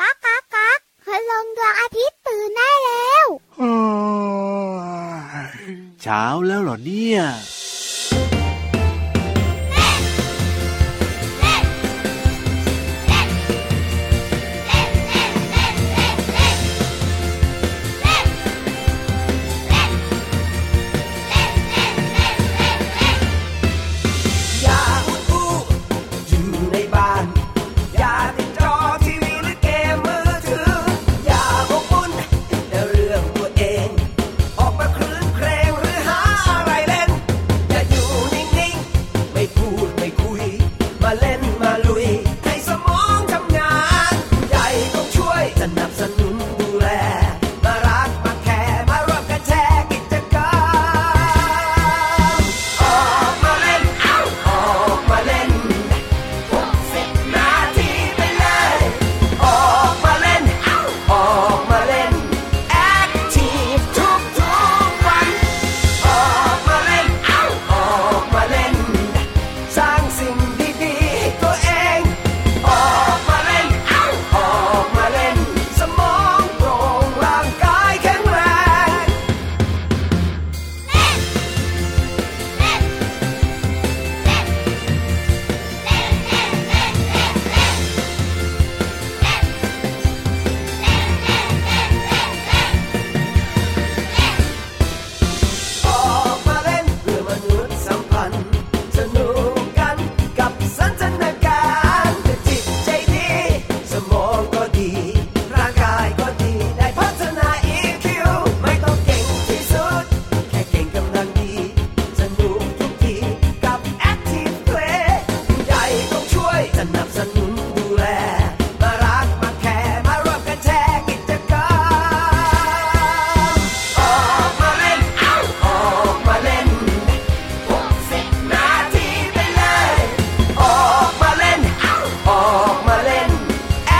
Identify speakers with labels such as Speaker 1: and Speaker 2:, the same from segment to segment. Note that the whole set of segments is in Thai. Speaker 1: ก๊ากก๊ากก๊ากคืลงดวงอาทิตย์ตื่นได้แล้ว
Speaker 2: เช้าแล้วเหรอเนี่ย
Speaker 3: อยาอุดอู้อยู่ในบ้าน อย่าติดจอทีวีหรือเกมมือถือ อย่าอบอุ่นแต่เรื่องตัวเอง ออกมาครื้นเครงหรือหาอะไรเล่น อย่าอยู่นิ่งๆ ไม่พูดไม่คุย มาเล่นมาลุย ให้สมองทำงานผู้ใหญ่ต้องช่วยสนับสนุนดูแล มารักมาแคร์มาร่วมกันแชร์กิจกรรม ออกมาเล่น เอ้า ออกมาเล่น60นาทีไปเลย ออกมาเล่น เอ้า ออกมาเล่น Active ทุกทุกวัน ออกมาเล่น เอ้า ออกมาเล่น สร้างสิ่งดีๆให้ตัวเอง ออกมาเล่น เอ้า ออกมาเล่น สมองโปร่งร่างกายแข็งแรง ออกมาเล่นเพื่อมนุษย์สัมพันธ์ สนุกกันกับสันทนาการแต่จิตใจดี สมองก็ดี ร่างกายก็ดีได้พัฒนา EQ ไม่ต้องเก่งที่สุด แค่เก่งกำลังดี สนุกทุกทีกับ Active Play ผู้ใหญ่ต้องช่วยสนับสนุนดูแล มารักมาแคร์มาร่วมกันแชร์กิจกรรม ออกมาเล่น เอ้า ออกมาเล่น60นาทีไปเลย ออกมาเล่น เอ้า ออกมาเล่น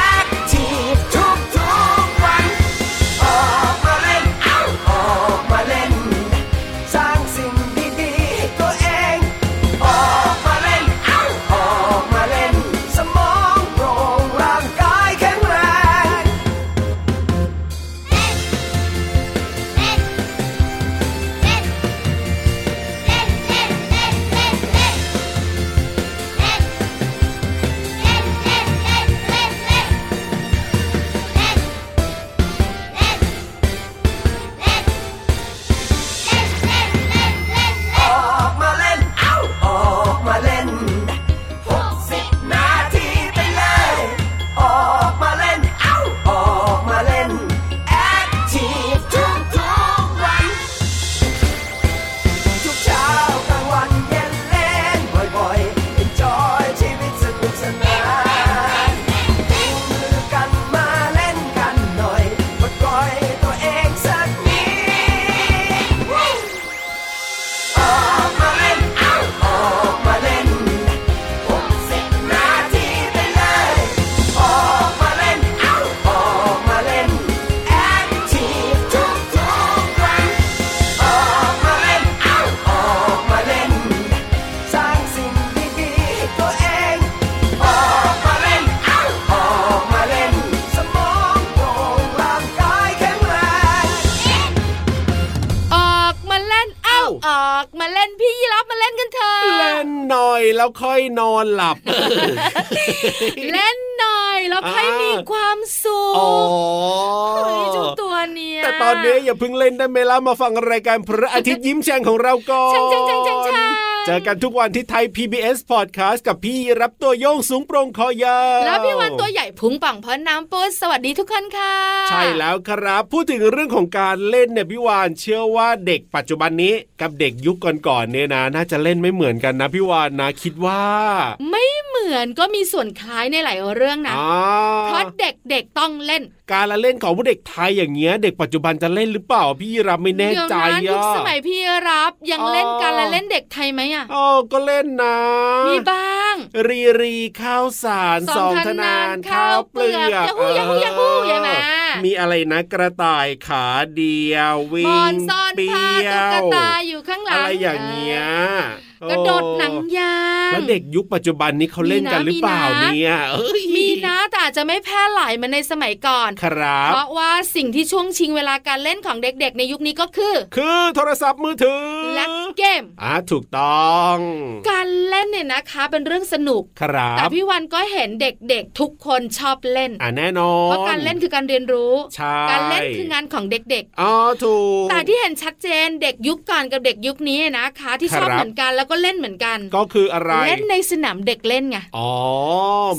Speaker 3: Active ทุกทุกวัน ออกมาเล่น เอ้า ออกมาเล่น สร้างสิ่งดีๆให้ตัวเอง ออกมาเล่น เอ้า ออกมาเล่น สมองโปร่งร่างกายแข็งแรง ออกมาเล่น เอ้า ออกมาเล่น 60 นาทีไปเลย ออกมาเล่น เอ้า ออกมาเล่น Active ทุกทุกๆวัน ทุกเช้ากลางวันเย็นเล่น บ่อยๆ Enjoy ชีวิตสนุกสนานจูงมือกันมาเล่นกันหน่อยปลดปล่อยตัวเองสักนิด ออกมาเล่น เอ้า ออกมาเล่น60นาทีไปเลย ออกมาเล่น เอ้า ออกมาเล่น Active ทุกทุกๆวัน ออกมาเล่น เอ้า ออกมาเล่น สร้างสิ่งดีๆให้ตัวเอง ออกมาเล่น เอ้า ออกมาเล่น สมองโปร่งร่างกายแข็งแรง
Speaker 4: ออกมาเล่น เอ้า ออกมาเล่นพี่ยีรับมาเล่นกันเถอะ
Speaker 5: เล่นหน่อยแล้วค่อยนอนหลับ
Speaker 4: เล่นหน่อยแล้วให้
Speaker 5: อ่ามี
Speaker 4: มีความสุข
Speaker 5: อ๋อ
Speaker 4: เฮ้ยเจุตัวเนี้ย
Speaker 5: แต่ตอนนี้อย่าเพิ่งเล่นได้ไหมล่ะมาฟังรายการพระอาทิตย์ยิ้มแฉ่งของเราก่อน
Speaker 4: ช่างช่างช่างช่างช่าง
Speaker 5: เจอกันทุกวันที่ไทย PBS Podcast กับพี่รับตัวโยงสูงโปรงคอยาว
Speaker 4: แล้วพี่วันตัวใหญ่พุงป่องพอน้ำปูนสวัสดีทุกคนค่ะ
Speaker 5: ใช่แล้วครับ พูดถึงเรื่องของการเล่นเนี่ยพี่วานเชื่อว่าเด็กปัจจุบันนี้กับเด็กยุคก่อนๆเนี่ยนะ น่าจะเล่นไม่เหมือนกันนะพี่วานนะคิดว่า
Speaker 4: ไม่เหมือนก็มีส่วนคล้ายในหลายเรื่องนะ
Speaker 5: อ่า
Speaker 4: เพราะเด็กๆต้องเล่น
Speaker 5: การละเล่นของผู้เด็กไทยอย่างเงี้ย เด็กปัจจุบันจะเล่นหรือเปล่าพี่รับไม่แน่
Speaker 4: เดี๋ยว
Speaker 5: ใจ
Speaker 4: นั้นยุค
Speaker 5: อ่ะ
Speaker 4: สมัยพี่รับยัง
Speaker 5: อ๋อ
Speaker 4: เล่นการละเล่นเด็กไทยไหมอ่ะ
Speaker 5: อ๋อก็เล่นนะ
Speaker 4: มีบ้าง
Speaker 5: รีรีข้าวสาร
Speaker 4: สองทนานข้าวเปลือก
Speaker 5: ข้าวเปลือย
Speaker 4: าฮู้ยาฮู้ยาฮู้
Speaker 5: เออ
Speaker 4: ใช่ไหม
Speaker 5: มีอะไรนะกระต่ายขาเดียว วิ่
Speaker 4: บ
Speaker 5: ง
Speaker 4: อนซ่อน
Speaker 5: เปรี
Speaker 4: ผ้า
Speaker 5: ้ย
Speaker 4: ตุ๊ก
Speaker 5: ว
Speaker 4: ตาอยู่ข้างหลัง
Speaker 5: อะไรอย่างเงี้ย โอ้
Speaker 4: กระโดดหนังยาง
Speaker 5: แล้วเด็กยุคปัจจุบันนี้เขาเล่นกันหรือเปล่า
Speaker 4: มีนะ
Speaker 5: เนี่ยเอ้ย
Speaker 4: มีนะแต่อาจจะไม่แพร่หลายเหมันในสมัยก่อน
Speaker 5: ครับ
Speaker 4: เพราะว่าสิ่งที่ช่วงชิงเวลาการเล่นของเด็กๆ ในยุคนี้ก็คือ
Speaker 5: คือโทรศัพท์มือถือ
Speaker 4: และเกม
Speaker 5: อ่าถูกต้อง
Speaker 4: การเล่นเนี่ยนะคะเป็นเรื่องสนุก
Speaker 5: ครั
Speaker 4: แต่
Speaker 5: บ
Speaker 4: พี่วันก็เห็นเด็กๆ ทุกคนชอบเล่น
Speaker 5: อ่าแน่นอน
Speaker 4: เพราะการเล่นคือการเรียนรู้
Speaker 5: ใช่
Speaker 4: การเล่นคืองานของเด็ก
Speaker 5: อ๋อถูก
Speaker 4: ๆ แต่ที่เห็นชัดเจนเด็กยุคก่อนกับเด็กยุคนี้นะคะ ที่ชอบ
Speaker 5: ครับ
Speaker 4: เหมือนกันแล้วก็เล่นเหมือนกัน
Speaker 5: ก็คืออะไร
Speaker 4: เล่นในสนามเด็กเล่นไง
Speaker 5: อ๋อ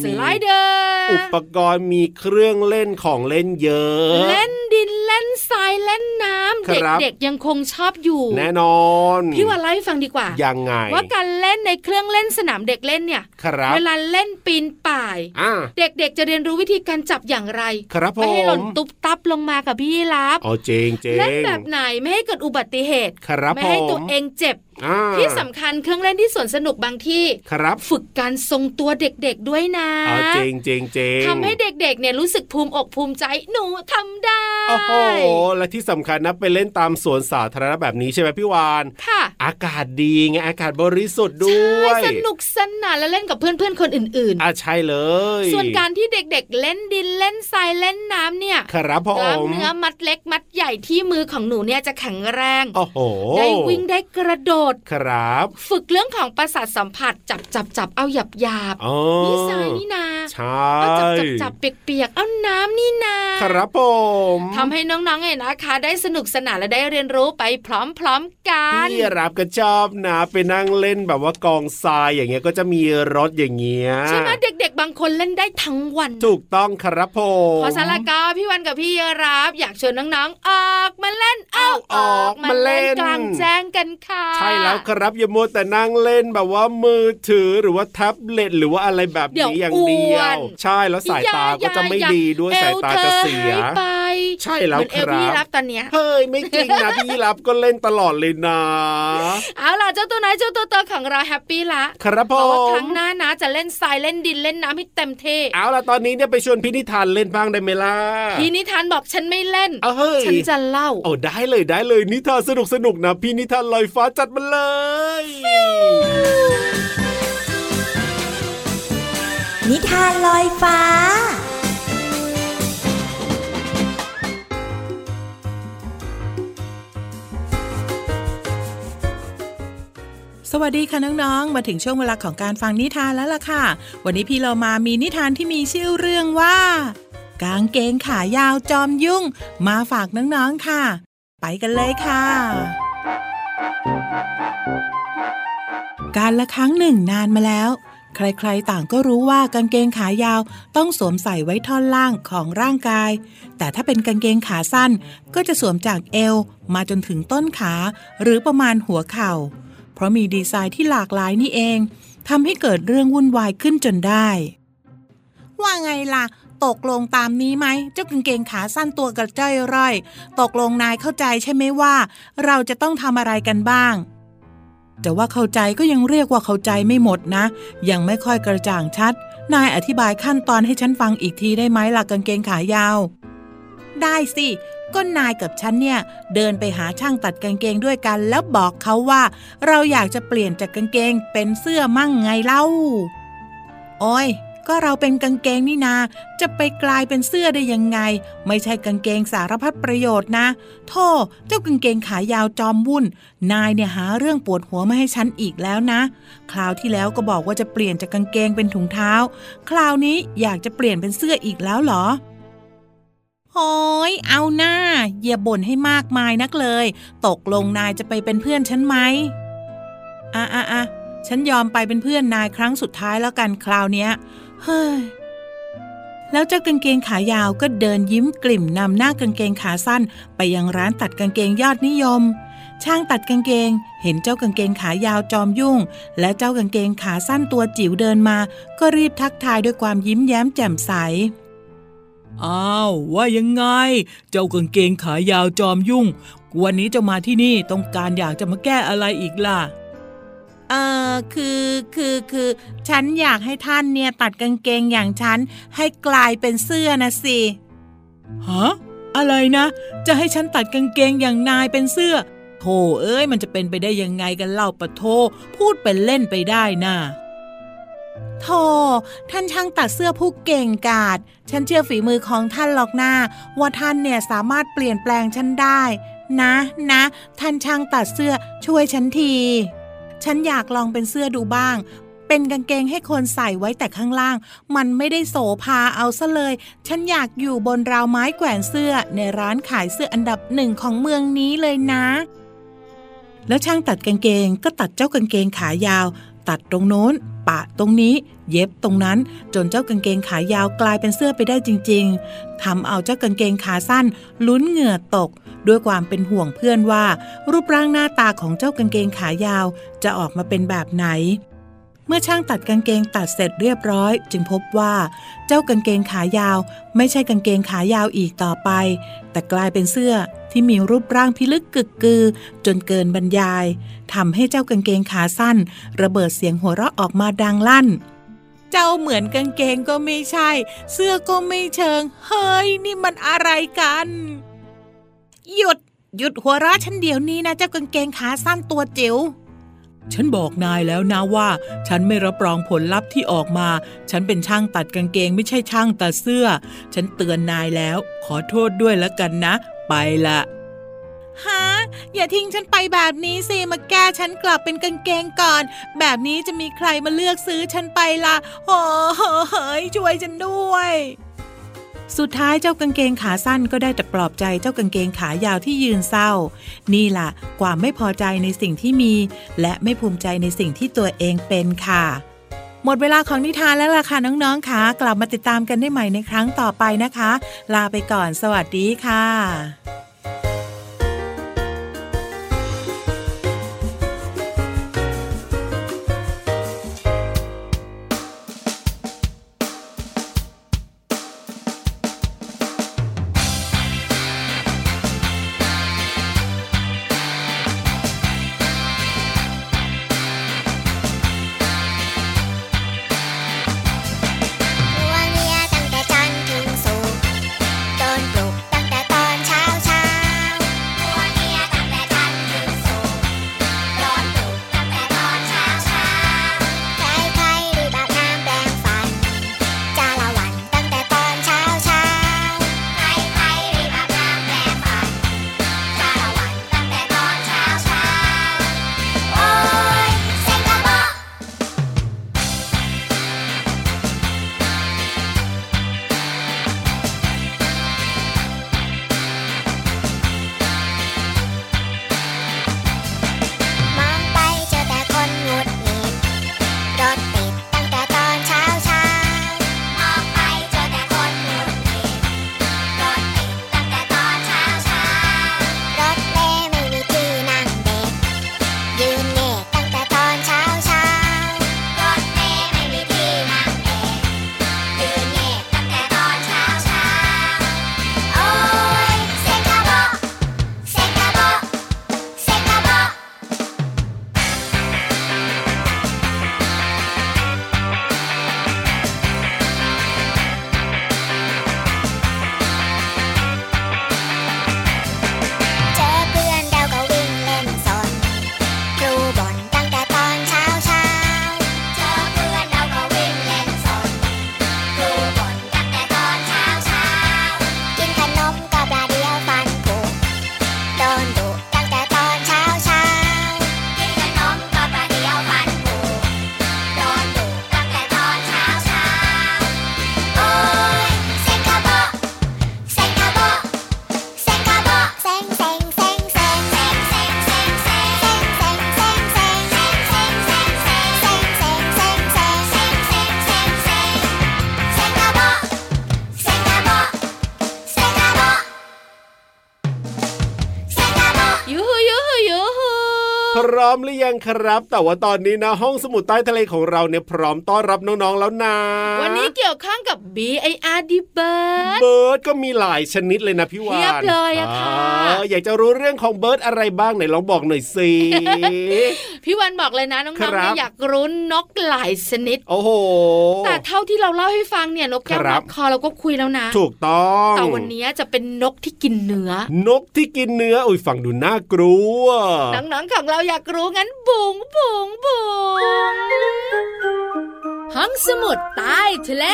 Speaker 4: ส
Speaker 5: มี
Speaker 4: ไลเดอร์
Speaker 5: อุปกรณ์มีเครื่องเล่นของเล่นเยอะ
Speaker 4: เล่นดินเล่นทรายเล่นน้ำ
Speaker 5: ครับ
Speaker 4: เด็กๆยังคงชอบอยู่
Speaker 5: แน่นอน
Speaker 4: พี่วันเล่าให้ฟังดีกว่า
Speaker 5: ยังไง
Speaker 4: ว่าการเล่นในเครื่องเล่นสนามเด็กเล่นเนี่ย
Speaker 5: ครับ
Speaker 4: เวลาเล่นปีนป่าย
Speaker 5: อ่า
Speaker 4: เด็กๆ จะเรียนรู้วิธีการจับอย่างไร
Speaker 5: ครับผ
Speaker 4: ไม่
Speaker 5: ม
Speaker 4: ให้หล่นตุบตับลงมากับพี่รับ
Speaker 5: อ๋อเจงเจง
Speaker 4: เล่นแบบไหนไม่ให้เกิดอุบัติเหตุ
Speaker 5: ครับ
Speaker 4: ไม่
Speaker 5: ผ
Speaker 4: ให้
Speaker 5: ม
Speaker 4: ตัวเองเจ็บ
Speaker 5: อ่า
Speaker 4: ที่สำคัญเครื่องเล่นที่สวนสนุกบางที่
Speaker 5: ครับ
Speaker 4: ฝึกการทรงตัวเด็กๆด้วยนะ
Speaker 5: อ๋อเจงเจงเจง
Speaker 4: ทำให้เด็กๆ เนี่ยรู้สึกภูมิอกภูมิใจหนูทำได้
Speaker 5: โอ้โหและที่สำคัญนะไปเล่นตามสวนสาธารณะแบบนี้ใช่ไหมพี่วาน
Speaker 4: ค่ะ
Speaker 5: อากาศดีไงอากาศบริสุทธิ์ด้วย
Speaker 4: ใช่สนุกสนานและเล่นกับเพื่อนๆ คนอื่น
Speaker 5: อ่ะใช่เลย
Speaker 4: ส่วนการที่เด็กๆ เล่นดินเล่นทรายเล่นน้ำเนี่ย
Speaker 5: ครับผ
Speaker 4: กล้าม
Speaker 5: ม
Speaker 4: เนื้อมัดเล็กมัดใหญ่ที่มือของหนูเนี่ยจะแข็งแรง
Speaker 5: โอ้โห
Speaker 4: ได้วิ่งได้กระโดด
Speaker 5: ครับ
Speaker 4: ฝึกเรื่องของประสาทสัมผัสจับจับจับเอาหยับหยาบ
Speaker 5: อ๋อ
Speaker 4: นี่สายนี่นา
Speaker 5: ใช่
Speaker 4: เอาจับจับจับเปียกๆเอาน้ำนี่นา
Speaker 5: ครับผม
Speaker 4: ทำให้น้องๆเนี่ยนะคะ ได้สนุกสนานและได้เรียนรู้ไปพร้อมๆกัน
Speaker 5: พี่รับก็ชอบนะไปนั่งเล่นแบบว่ากองทรายอย่างเงี้ยก็จะมีรถอย่างเงี้ย
Speaker 4: ใช่ไหมเด็กๆ บางคนเล่นได้ทั้งวัน
Speaker 5: ถูกต้องครับผม
Speaker 4: พอสารกาพี่วันกับพี่เยรับ อยากชวนน้องๆ ออกมาเล่นเอาออกมาเล่นกลางแจ้งกันค่ะ
Speaker 5: ใช่แล้วครับอย่ามัวแต่นั่งเล่นแบบว่ามือถือหรือว่าแท็บเล็ตหรือว่าอะไรแบบ
Speaker 4: เดี๋ยว
Speaker 5: นี้อย่างเดี
Speaker 4: อ้
Speaker 5: ยว วน ใช่แล้วสายตาก็จะไม่ดีด้วย
Speaker 4: เอ
Speaker 5: สายตาจะเสี
Speaker 4: ธ
Speaker 5: ย
Speaker 4: อหาไป
Speaker 5: ใช่แล้ว
Speaker 4: เหมือนเอล
Speaker 5: ครับ
Speaker 4: พี่รับตอนเนี้ย
Speaker 5: เฮ้ยไม่จริงนะ พี่รับก็เล่นตลอดเลยนะ
Speaker 4: เอาล่ะเจ้าตัวน้อยเจ้าตัวโตของเราแฮปปี้ละ
Speaker 5: ครับ
Speaker 4: เพ
Speaker 5: ผ
Speaker 4: ราะว่าค
Speaker 5: ม
Speaker 4: รั้งหน้านะจะเล่นทรายเล่นดินเล่นน้ำให้เต็มที่
Speaker 5: เอาล่ะตอนนี้เนี่ยไปชวนพี่นิทานเล่นบ้างได้ไหมล่ะ
Speaker 4: พี่นิทานบอกฉันไม่เล่น
Speaker 5: เอาเฮ้ย
Speaker 4: ฉันจะเล่า
Speaker 5: โอ้ได้เลยได้เลยนิทานสนุกสนุกๆนะ พี่นิทานลอยฟ้าจัดมาเลย
Speaker 6: นิทานลอยฟ้า
Speaker 7: สวัสดีค่ะน้องๆ มาถึงช่วงเวลาของการฟังนิทานแล้วล่ะค่ะ วันนี้พี่เรามามีนิทานที่มีชื่อเรื่องว่า กางเกงขายาวจอมยุ่ง มาฝากน้องๆค่ะ ไปกันเลยค่ะ การละครั้งหนึ่งนานมาแล้ว ใครๆต่างก็รู้ว่ากางเกงขายาวต้องสวมใส่ไว้ท่อนล่างของร่างกาย แต่ถ้าเป็นกางเกงขาสั้นก็จะสวมจากเอวมาจนถึงต้นขา หรือประมาณหัวเข่า เพราะมีดีไซน์ที่หลากหลายนี่เองทำให้เกิดเรื่องวุ่นวายขึ้นจนได้ ว่าไงล่ะ ตกลงตามนี้ไหมเจ้ากางเกงขาสั้นตัวกระจ้อยร่อย ตกลงนายเข้าใจใช่ไหมว่า เราจะต้องทำอะไรกันบ้าง แต่ว่าเข้าใจก็ยังเรียกว่าเข้าใจไม่หมดนะ ยังไม่ค่อยกระจ่างชัด นายอธิบายขั้นตอนให้ฉันฟังอีกทีได้ไหมล่ะกางเกงขายาว ได้สิก็นายกับฉันเนี่ย เดินไปหาช่างตัดกางเกงด้วยกัน แล้วบอกเขาว่า เราอยากจะเปลี่ยนจากกางเกงเป็นเสื้อมั่งไงเล่า โอ้ย ก็เราเป็นกางเกงนี่นา จะไปกลายเป็นเสื้อได้ยังไง ไม่ใช่กางเกงสารพัดประโยชน์นะโธ่เจ้ากางเกงขายาวจอมวุ่น นายเนี่ยหาเรื่องปวดหัวมาให้ฉันอีกแล้วนะ คราวที่แล้วก็บอกว่าจะเปลี่ยนจากกางเกงเป็นถุงเท้า คราวนี้อยากจะเปลี่ยนเป็นเสื้ออีกแล้วเหรอ โอ้ยเอาหน้าอย่าบ่นให้มากมายนักเลย ตกลงนายจะไปเป็นเพื่อนฉันไหมอ่ะอ่ะอ่ะฉันยอมไปเป็นเพื่อนนายครั้งสุดท้ายแล้วกันคราวเนี้ย เฮ้ย แล้วเจ้ากางเกงขายาวก็เดินยิ้มกลิ่มนำหน้ากางเกงขาสั้น ไปยังร้านตัดกางเกงยอดนิยม ช่างตัดกางเกง เห็นเจ้ากางเกงขายาวจอมยุ่ง และเจ้ากางเกงขาสั้นตัวจิ๋วเดินมา ก็รีบทักทายด้วยความยิ้มแย้มแจ่มใส อ้าวว่ายังไง เจ้ากางเกงขายาวจอมยุ่ง วันนี้เจ้ามาที่นี่ต้องการอยากจะมาแก้อะไรอีกล่ะ เออคือคือคือ ฉันอยากให้ท่านเนี่ยตัดกางเกงอย่างฉัน ให้กลายเป็นเสื้อนะสิฮะอะไรนะ จะให้ฉันตัดกางเกงอย่างนายเป็นเสื้อ โธเอ้ยมันจะเป็นไปได้ยังไงกันเล่าปะโธพูดเป็นเล่นไปได้น่ะโธท่านช่างตัดเสื้อผู้เก่งกาจฉันเชื่อฝีมือของท่านหรอกนะว่าท่านเนี่ยสามารถเปลี่ยนแปลงฉันได้ นะนะ ท่านช่างตัดเสื้อช่วยฉันที ฉันอยากลองเป็นเสื้อดูบ้าง เป็นกางเกงให้คนใส่ไว้แต่ข้างล่าง มันไม่ได้โสภาเอาซะเลย ฉันอยากอยู่บนราวไม้แขวนเสื้อในร้านขายเสื้ออันดับหนึ่งของเมืองนี้เลยนะ แล้วช่างตัดกางเกงก็ตัดเจ้ากางเกงขายาว ตัดตรงโน้น ปะตรงนี้ เย็บตรงนั้น จนเจ้ากางเกงขายาวกลายเป็นเสื้อไปได้จริง ๆทำเอาเจ้ากางเกงขาสั้น ลุ้นเหงื่อตก ด้วยความเป็นห่วงเพื่อนว่า รูปร่างหน้าตาของเจ้ากางเกงขายาวจะออกมาเป็นแบบไหน เมื่อช่างตัดกางเกงตัดเสร็จเรียบร้อย จึงพบว่า เจ้ากางเกงขายาว ไม่ใช่กางเกงขายาวอีกต่อไป แต่กลายเป็นเสื้อที่มีรูปร่างพิลึกกึกกือ จนเกินบรรยายทำให้เจ้ากางเกงขาสั้น ระเบิดเสียงหัวเราะออกมาดังลั่น เจ้าเหมือนกางเกงก็ไม่ใช่ เสื้อก็ไม่เชิง เฮ้ย นี่มันอะไรกัน หยุด หยุดหัวเราะฉันเดี๋ยวนี้นะเจ้ากางเกงขาสั้นตัวจิ๋ว ฉันบอกนายแล้วนะว่า ฉันไม่รับรองผลลัพธ์ที่ออกมา ฉันเป็นช่างตัดกางเกงไม่ใช่ช่างตัดเสื้อ ฉันเตือนนายแล้ว ขอโทษด้วยแล้วกันนะ ไปละฮะอย่าทิ้งฉันไปแบบนี้สิมาแก้ฉันกลับเป็นกางเกงก่อน แบบนี้จะมีใครมาเลือกซื้อฉันไปละโอ้โหเฮ้ยช่วยฉันด้วย สุดท้ายเจ้ากางเกงขาสั้นก็ได้แต่ปลอบใจเจ้ากางเกงขายาวที่ยืนเศร้า นี่ล่ะความไม่พอใจในสิ่งที่มี และไม่ภูมิใจในสิ่งที่ตัวเองเป็นค่ะ หมดเวลาของนิทานแล้วล่ะค่ะน้องๆค่ะกลับมาติดตามกันได้ใหม่ในครั้งต่อไปนะคะ ลาไปก่อนสวัสดีค่ะ
Speaker 1: รัวเรียตั้งแต่จันทร์ถึงศุกร์โดนปลุกตั้งแต่ตอนเช้าเช้า
Speaker 5: ร้อมหรือยังครับ แต่ว่าตอนนี้นะห้องสมุดใต้ทะเลของเราเนี่ยพร้อมต้อนรับน้องๆแล้วนะ
Speaker 4: วันนี้เกี่ยวข้องกับ B I R D bird
Speaker 5: เบิร์ดก็มีหลายชนิดเลยนะพี่วาน
Speaker 4: เพียบเลยอะค่ะ
Speaker 5: อ๋ออยากจะรู้เรื่องของเบิร์ดอะไรบ้างไหนลองบอกหน่อยสิ
Speaker 4: พี่วันบอกเลยนะน้องๆ
Speaker 5: ครั
Speaker 4: เนี่ย
Speaker 5: บ
Speaker 4: อยากรู้นกหลายชนิด
Speaker 5: โอ้โห
Speaker 4: แต่เท่าที่เราเล่าให้ฟังเนี่ยนกแก้ว
Speaker 5: ครั
Speaker 4: นั
Speaker 5: บ
Speaker 4: ดคอเราก็คุยแล้วนะ
Speaker 5: ถูกต้อง
Speaker 4: แต่วันนี้จะเป็นนกที่กินเนื้อ
Speaker 5: นกที่กินเนื้ออุ้ยฟังดูน่ากลัว
Speaker 4: หนังๆของเราอยากรู้งั้นบุงบุงบุงห้องสมุดใต้ทะเล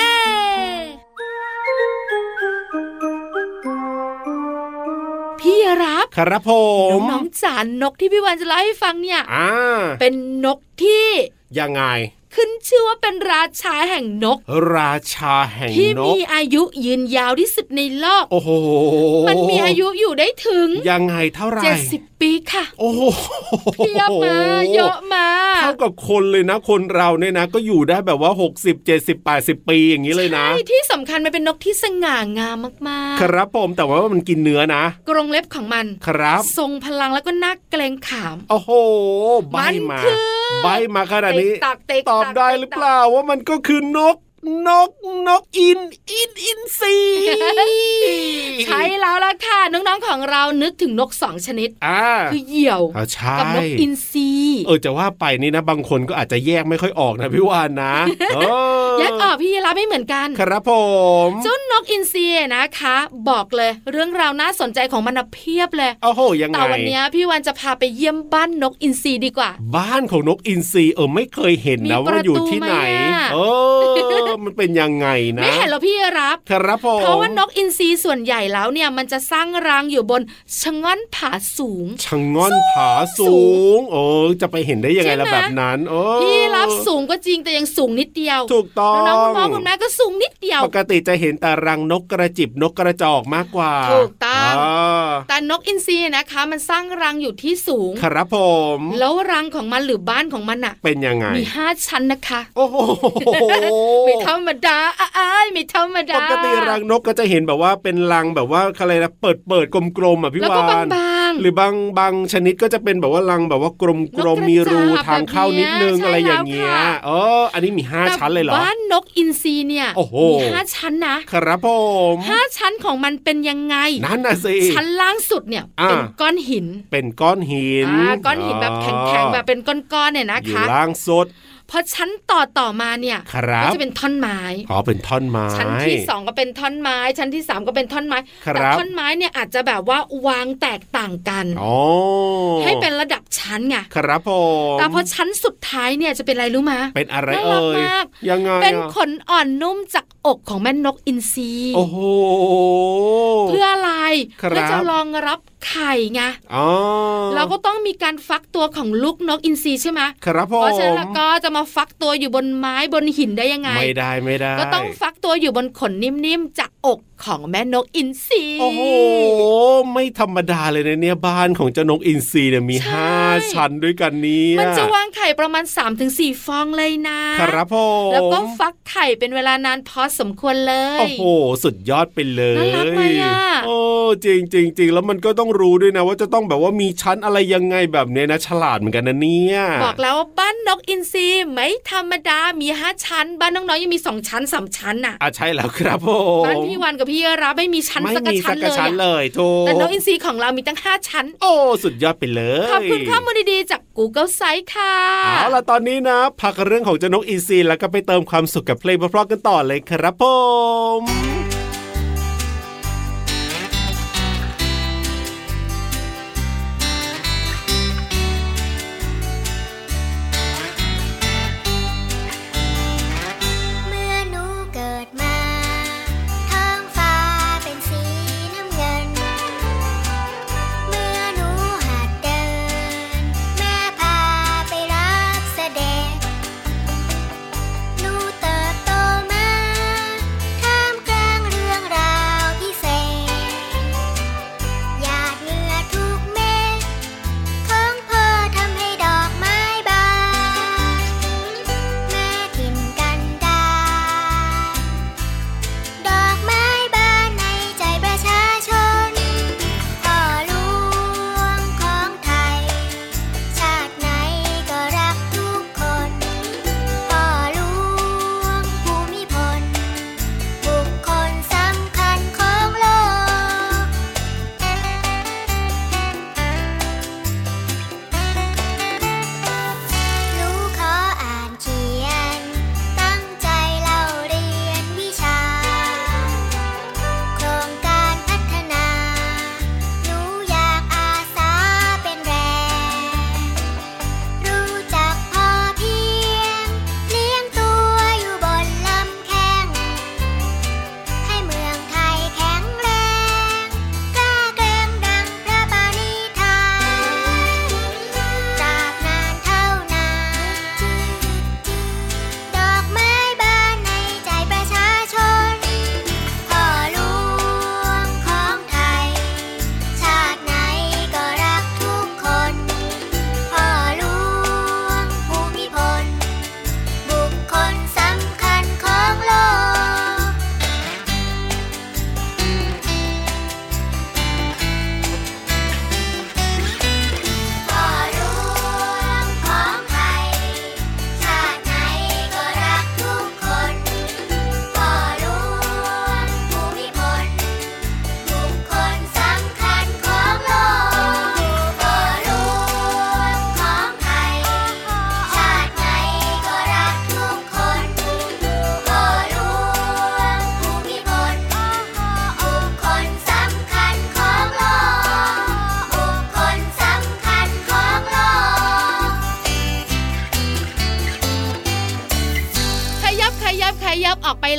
Speaker 4: พี่รับ
Speaker 5: ครับผม
Speaker 4: น้องๆจานนกที่พี่วันจะเล่าให้ฟังเนี่ย
Speaker 5: อ่า
Speaker 4: เป็นนกที่
Speaker 5: ยังไง
Speaker 4: ขึ้นชื่อว่าเป็นราชาแห่งนก
Speaker 5: ราชาแห่ง
Speaker 4: ที่
Speaker 5: นก
Speaker 4: มีอายุยืนยาวที่สุดในโลก
Speaker 5: โอ้โห
Speaker 4: มันมีอายุอยู่ได้ถึง
Speaker 5: ยังไงเท่าไหร่
Speaker 4: 70 ปีค่ะ
Speaker 5: โอ้โห
Speaker 4: เพียบมาเยอะมา
Speaker 5: เท่ากับคนเลยนะ คนเราเนี่ยนะ ก็อยู่ได้แบบว่า 60 70 80 ปีอย่างนี้เลยนะ
Speaker 4: ใช่ที่สำคัญมันเป็นนกที่สง่างามมาก
Speaker 5: ครับผมแต่ว่ามันกินเนื้อนะ
Speaker 4: ๆ กรงเล็บของมัน
Speaker 5: ครับ
Speaker 4: ทรงพลังแล้วก็น่าเกรงขาม
Speaker 5: โอ้โห ใบมาม
Speaker 4: นคือ
Speaker 5: ใบมาขนาดนี้
Speaker 4: ติ๊กตักติ๊ก
Speaker 5: ตอบ
Speaker 4: ก
Speaker 5: ได้หรือเปล่าว่ามันก็คือนก นก นกอิน อิน อินซี
Speaker 4: ใช่แล้วล่ะค่ะ น้องๆของเรานึกถึงนกสองชนิด
Speaker 5: อ่า
Speaker 4: คือเหยี่ยว
Speaker 5: อ่าใช่
Speaker 4: กับนกอินทรี
Speaker 5: เออจะว่าไปนี่นะ บางคนก็อาจจะแยกไม่ค่อยออกนะพี่วานนะเอ
Speaker 4: แยกออกพี่ยีรับไม่เหมือนกัน
Speaker 5: ครับผม
Speaker 4: เจ้านกอินทรีนะคะ บอกเลยเรื่องราวน่าสนใจของมันนะเพียบเลย
Speaker 5: โอ้โหยังไง
Speaker 4: แต่วันเนี้ยพี่วันจะพาไปเยี่ยมบ้านนกอินทรีดีกว่า
Speaker 5: บ้านของนกอินทรีเออไม่เคยเห็นนะ
Speaker 4: มีประ
Speaker 5: ว่าอยู่ที่
Speaker 4: ตูไห
Speaker 5: ไห
Speaker 4: ม
Speaker 5: น
Speaker 4: อะ
Speaker 5: เออ มันเป็นยังไงนะ
Speaker 4: ไม่เห็นเหรอพี่ยีรับ
Speaker 5: ครับผม
Speaker 4: เพราะว่านกอินทรีส่วนใหญ่แล้วเนี่ยมันจะสร้างรังอยู่บนชะง่อนผาสูง
Speaker 5: ชะง่อนผาสูงเออจะไปเห็นได้ยังไงล่ะ
Speaker 4: ใช่ไหม
Speaker 5: แบบนั้นเออ
Speaker 4: พี่รับสูงก็จริงแต่ยังสูงนิดเดียว
Speaker 5: ถูกต้อง
Speaker 4: น้องๆคุณพ่อคุณแม่ก็สูงนิดเดียว
Speaker 5: ปกติจะเห็นแต่รังนกกระจิบนกกระจอกมากกว่า
Speaker 4: ถูกต้อง
Speaker 5: า
Speaker 4: แต่นกอินทรีนะคะ มันสร้างรังอยู่ที่สูง
Speaker 5: ครับผม
Speaker 4: แล้วรังของมันหรือบ้านของมันอะ
Speaker 5: เป็นยังไง
Speaker 4: มีห้าชั้นนะคะ
Speaker 5: โอ้โห
Speaker 4: ไม่ธรรมดาอ้ายไม่ธรรมดา
Speaker 5: ปกติรังนกก็จะเห็นแบบว่าเป็นรังแบบว่าอะไรนะเปิดเปิดๆกลมๆอ่ะพี่
Speaker 4: แล้ว
Speaker 5: วา
Speaker 4: ก็บาน ง
Speaker 5: หรือบางบางชนิดก็จะเป็นแบบว่ารังแบบว่ากลม
Speaker 4: นกก
Speaker 5: ก
Speaker 4: ระจ
Speaker 5: ล
Speaker 4: อก
Speaker 5: มมีรูทางเข้านิดนึง
Speaker 4: แบบเนี้ย
Speaker 5: อะไรอย่างเงี้ย
Speaker 4: ใช่แล้วค่ะ
Speaker 5: เอออันนี้มีห้า
Speaker 4: แต่
Speaker 5: ชั้นเลยเหรอ
Speaker 4: บ้านนกอินทรีเนี่ย
Speaker 5: โอ้โห
Speaker 4: มีห้าชั้นนะครับ
Speaker 5: ผม
Speaker 4: ห้าชั้นของมันเป็นยังไง
Speaker 5: นั่นน่ะสิ
Speaker 4: ชั้นล่างสุดเนี่ย
Speaker 5: อ่า
Speaker 4: เป็นก้อนหิน
Speaker 5: เป็นก้อนหิน
Speaker 4: อ่าก้อนหินแบบแข็งๆแบบเป็นก้อนๆเนี่ยนะ
Speaker 5: อยู่
Speaker 4: คะ
Speaker 5: ล่างสุด
Speaker 4: พอชั้นต่อต่อมาเนี่ย
Speaker 5: ครั
Speaker 4: ก็
Speaker 5: บ
Speaker 4: จะเป็นท่อนไม้
Speaker 5: อ๋อเป็นท่อนไม้
Speaker 4: ชั้นที่สองก็เป็นท่อนไม้ ชั้นที่สามก็เป็นท่อนไม้
Speaker 5: ครับ
Speaker 4: แต่ท่อนไม้เนี่ยอาจจะแบบว่าวางแตกต่างกัน
Speaker 5: อ๋อ
Speaker 4: ให้เป็นระดับชั้นไง
Speaker 5: ครับผม
Speaker 4: แต่พอชั้นสุดท้ายเนี่ยจะเป็นอะไรรู้มา
Speaker 5: เป็นอะไร
Speaker 4: น่ารัก
Speaker 5: เอ่ย
Speaker 4: มาก
Speaker 5: ยังไง
Speaker 4: เป็น
Speaker 5: อะ
Speaker 4: ขนอ่อนนุ่มจากอกของแม่นกอินทรี
Speaker 5: โอ้โห
Speaker 4: เพื่ออะไร
Speaker 5: ครับ
Speaker 4: เพื่อจะรองรับไข่ไง
Speaker 5: อ๋อ
Speaker 4: เราก็ต้องมีการฟักตัวของลูกนกอินทรีใช่ไหม
Speaker 5: ครับผ
Speaker 4: เพ
Speaker 5: ม
Speaker 4: ราะฉะนั้นแล้วก็จะมาฟักตัวอยู่บนไม้บนหินได้ยังไง
Speaker 5: ไม่ได้ไม่ได้
Speaker 4: ก็ต้องฟักตัวอยู่บนขนนิ่มๆจากอกของแม่นกอินทรี
Speaker 5: โอ้โห ไม่ธรรมดาเลยนะเนี่ยบ้านของเจ้านกอินทรีเนี่ยมีห้าชั้นด้วยกันเนี่ย
Speaker 4: มันจะวางไข่ประมาณ 3-4 ฟองเลยนะ
Speaker 5: ครับผม
Speaker 4: แล้วก็ฟักไข่เป็นเวลานานพอสมควรเลย
Speaker 5: โอ้โห สุดยอดไปเลย
Speaker 4: น่ารักไหมอะ
Speaker 5: โอ้จริงจริงจริงแล้วมันก็ต้องรู้ด้วยนะ ว่าจะต้องแบบว่ามีชั้นอะไรยังไงแบบเนี้ยนะ ฉลาดเหมือนกันนะเนี่ย
Speaker 4: บอกแล้วว่าบ้านนกอินทรีไม่ธรรมดา มีห้าชั้น บ้านน้องๆยังมีสองชั้นสามชั้นน่ะ
Speaker 5: อ่ะใช่แล้วครับผม
Speaker 4: บ้านพี่วันกับพี่รับไม่มีชั้น
Speaker 5: ไม่
Speaker 4: สัก
Speaker 5: มีสักกระชั้
Speaker 4: ชั้
Speaker 5: น
Speaker 4: นเลยอะ
Speaker 5: เลยถูก
Speaker 4: แต่นกอินทรีของเรามีตั้งห้าชั้น
Speaker 5: โอ้ สุดยอดไปเลย
Speaker 4: ขอบคุณข้อมูลดีๆจาก Google Site ค่ะ
Speaker 5: เอาล่ะตอนนี้นะ พักเรื่องของเจ้านกอีซีแล้วก็ไปเติมความสุขกับเพลงเพราะๆกันต่อเลยครับผม
Speaker 1: เมื่อหนูเกิดมา ท้องฟ้าเป็นสีน้ำเงิน เมื่อหนูหัดเดิน แม่พาไปรับเสด็จ หนูเติบโตมาท่ามกลาง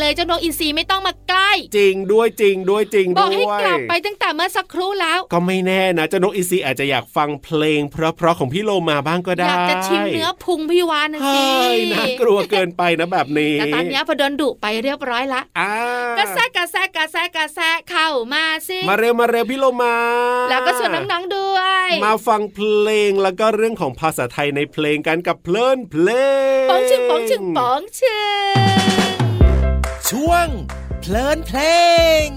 Speaker 4: เลยเจ้านกอินทรีไม่ต้องมาใกล้
Speaker 5: จริงด้วยจริงด้วยจริง
Speaker 4: บ
Speaker 5: ด้ว
Speaker 4: อ
Speaker 5: ย
Speaker 4: กให้กลับไปตั้งแต่เมื่อสักครู่แล้ว
Speaker 5: ก็ไม่แน่นะเจ้านกอีซีอาจจะอยากฟังเพลง เพราะๆของพี่โลมาบ้างก็ได้อย
Speaker 4: อากจะชิมเนื้อพุงพี่วานนะ
Speaker 5: เฮ
Speaker 4: สิ้
Speaker 5: ยน่ากลัวเกินไปนะแบบนี้
Speaker 4: แต่ตอนเนี้ยพอโดนดุไปเรียบร้อยละ
Speaker 5: อ่าก
Speaker 4: ระแซะกระแซะกระแซะกระแซะเข้ามาสิ
Speaker 5: มาเร็วมาเร็วพี่โลมา
Speaker 4: แล้วก็ชวนน้องๆด้วย
Speaker 5: มาฟังเพลงแล้วก็เรื่องของภาษาไทยในเพลงกันกับเพลินเพลง
Speaker 4: ป๋องชึงป๋องชึงป๋องชึง
Speaker 8: ช่วงเพลินเพลง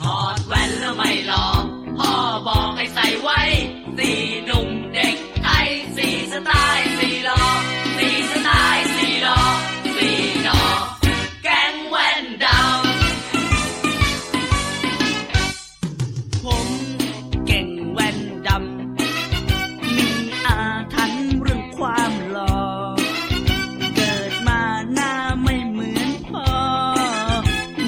Speaker 9: ถอดแว่นแล้วไม่หลอกพ่อบอกให้ใส่ไว้ สีหนุ่มเด็กไทยสีสไตล์สีหลอสีสไตล์สีหลอสีหนอแกงแว่นดำผมเก่งแว่นดำ มีอาถรรพ์เรื่องความหล่อ เกิดมาหน้าไม่เหมือนพ่อ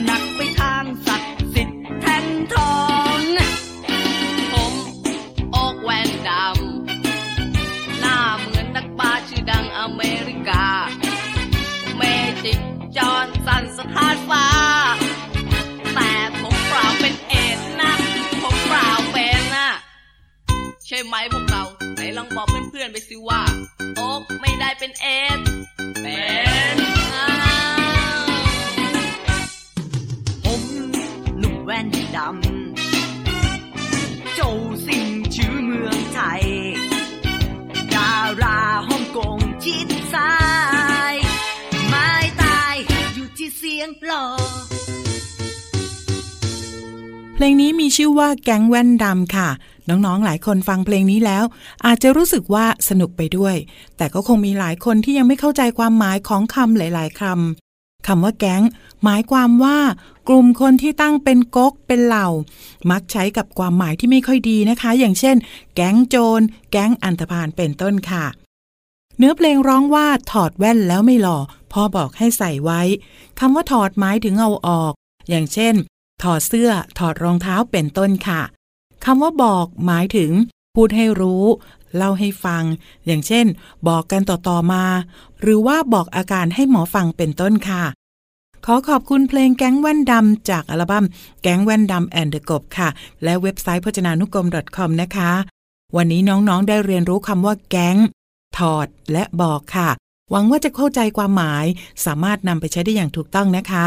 Speaker 9: หนักไปทางศักดิ์สิทธิ์แทนทอง ผมออกแวนดำ หน้าเหมือนนักปราชญ์ชื่อดังอเมริกา เมจิกจอห์นสันสถานฟ้า แต่ผมเปล่าเป็นเอดนะ ผมเปล่าเป็นนะ ใช่ไหมพวกเราไหนลองบอกเพื่อนๆไปสิว่า โอ๊กไม่ได้เป็นเอสเป็นอ้าวผมหนุ่มแว่นดำ โจสิ่งชื่อเมืองไทย ดาราฮ่องกงชิดซ้าย ไม่ตายอยู่ที่เสียงหลอ
Speaker 7: เพลงนี้มีชื่อว่าแก๊งแว่นดำค่ะ น้องๆ หลายคนฟังเพลงนี้แล้ว อาจจะรู้สึกว่าสนุกไปด้วย แต่ก็คงมีหลายคนที่ยังไม่เข้าใจความหมายของคำหลายๆคำคำว่าแก๊งหมายความว่า กลุ่มคนที่ตั้งเป็นก๊กเป็นเหล่า มักใช้กับความหมายที่ไม่ค่อยดีนะคะ อย่างเช่น แก๊งโจร แก๊งอันธพาลเป็นต้นค่ะ เนื้อเพลงร้องว่าถอดแว่นแล้วไม่หล่อพ่อบอกให้ใส่ไว้คำว่าถอดหมายถึงเอาออก อย่างเช่น ถอดเสื้อถอดรองเท้าเป็นต้นค่ะคำว่าบอกหมายถึง พูดให้รู้ เล่าให้ฟัง อย่างเช่น บอกกันต่อๆมา หรือว่าบอกอาการให้หมอฟังเป็นต้นค่ะ ขอขอบคุณเพลงแก๊งแว่นดำจากอัลบั้มแก๊งแว่นดำแอนเดอะกบค่ะ และเว็บไซต์พจนานุกรม .com นะคะ วันนี้น้องๆได้เรียนรู้คำว่าแก๊ง ถอดและบอกค่ะ หวังว่าจะเข้าใจความหมาย สามารถนำไปใช้ได้อย่างถูกต้องนะคะ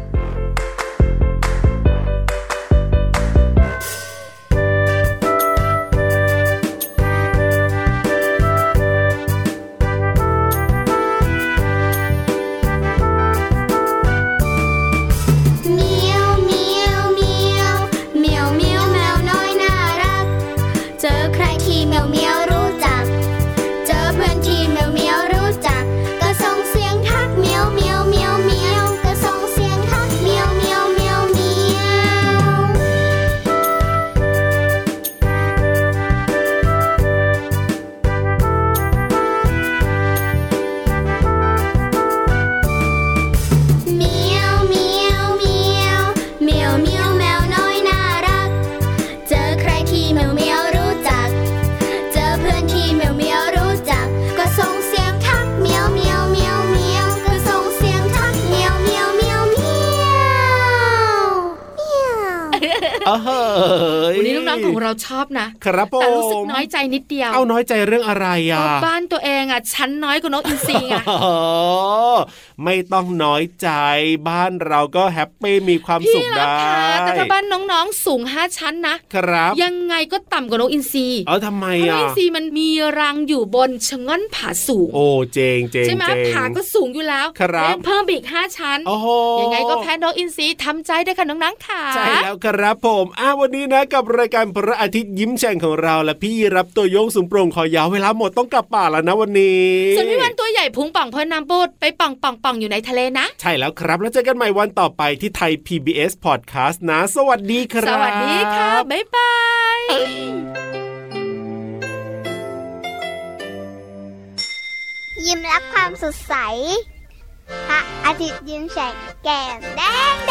Speaker 1: เมียวเมียวเมียวเมียวเมียวแมวน้อยน่ารัก เจอใครที่เมียวเมียวรู้จัก เจอเพื่อนที่เมียวเมียวรู้จัก ก็ส่งเสียงทักเมียวเมียวเมียวเมียวก็ส่งเสียงทักเมียวเมียวเมียวเมียว เมียวเมียวเมียวเมียวเมียวแมวน้อยน่ารัก เจอใครที่เมียวเมียวรู้จัก เจอเพื่อนที่เมียวเมียวรู้จัก ก็ส่งเสียงทักเมียวเมียวเมียวเมียวก็ส่งเสียงทักเมียวเมียวเมียวเมียวเมียว
Speaker 5: เอ้ย
Speaker 4: วันนี้ลูกน้องของเราชอบนะ
Speaker 5: ครับผม
Speaker 4: แต่รู้สึกน้อยใจนิดเดียว
Speaker 5: เอาน้อยใจเรื่องอะไร
Speaker 4: เพ
Speaker 5: อ่ะ
Speaker 4: ราะบ้านตัวเองอ่ะชั้นน้อยกว่านกอินทรีไง
Speaker 5: อ๋อไม่ต้องน้อยใจบ้านเราก็แฮปปี้มีความสุ
Speaker 4: พี่
Speaker 5: ข
Speaker 4: รั
Speaker 5: ได้
Speaker 4: ค่ะแต่ถ้าบ้านน้องๆสูงห้าชั้นนะครับยังไงก็ต่ำกว่านกอินทรี
Speaker 5: เอาทำไม
Speaker 4: เพราะนก
Speaker 5: อ่ะ
Speaker 4: อินทรีมันมีรังอยู่บนชะง่อนผาสูง
Speaker 5: โอ้เจงเจง
Speaker 4: ใช่ไหม
Speaker 5: เจง
Speaker 4: ผาก็สูงอยู่แล้ว
Speaker 5: ครับ
Speaker 4: แล้วเพิ่มไปอีกห้าชั้น
Speaker 5: โอ้โห
Speaker 4: ยังไงก็แพ้นกอินทรีทำใจได้ค่ะน้องๆค่ะ
Speaker 5: ใช่แล้วครับผมอ่ะวันนี้นะกับรายการพระอาทิตย์ยิ้มแฉ่งของเราและพี่รับตัวโยงสูงโปร่งคอยาวเวลาหมดต้องกลับป่าแล้วนะวันนี้
Speaker 4: ส่วนพี่วันตัวใหญ่พุงป่องพอน้ำปูดไปป่องป่องป่องอยู่ในทะเลนะ
Speaker 5: ใช่แล้วครับ แล้วเจอกันใหม่วันต่อไปที่ไทย PBS Podcast นะ สวัสดีค
Speaker 4: ส
Speaker 5: รับ
Speaker 4: วัสดีค่ะ บ๊ายบาย
Speaker 1: ยิ้มรับความสดใส พระอาทิตย์ยิ้มแฉกแก้มแดงแด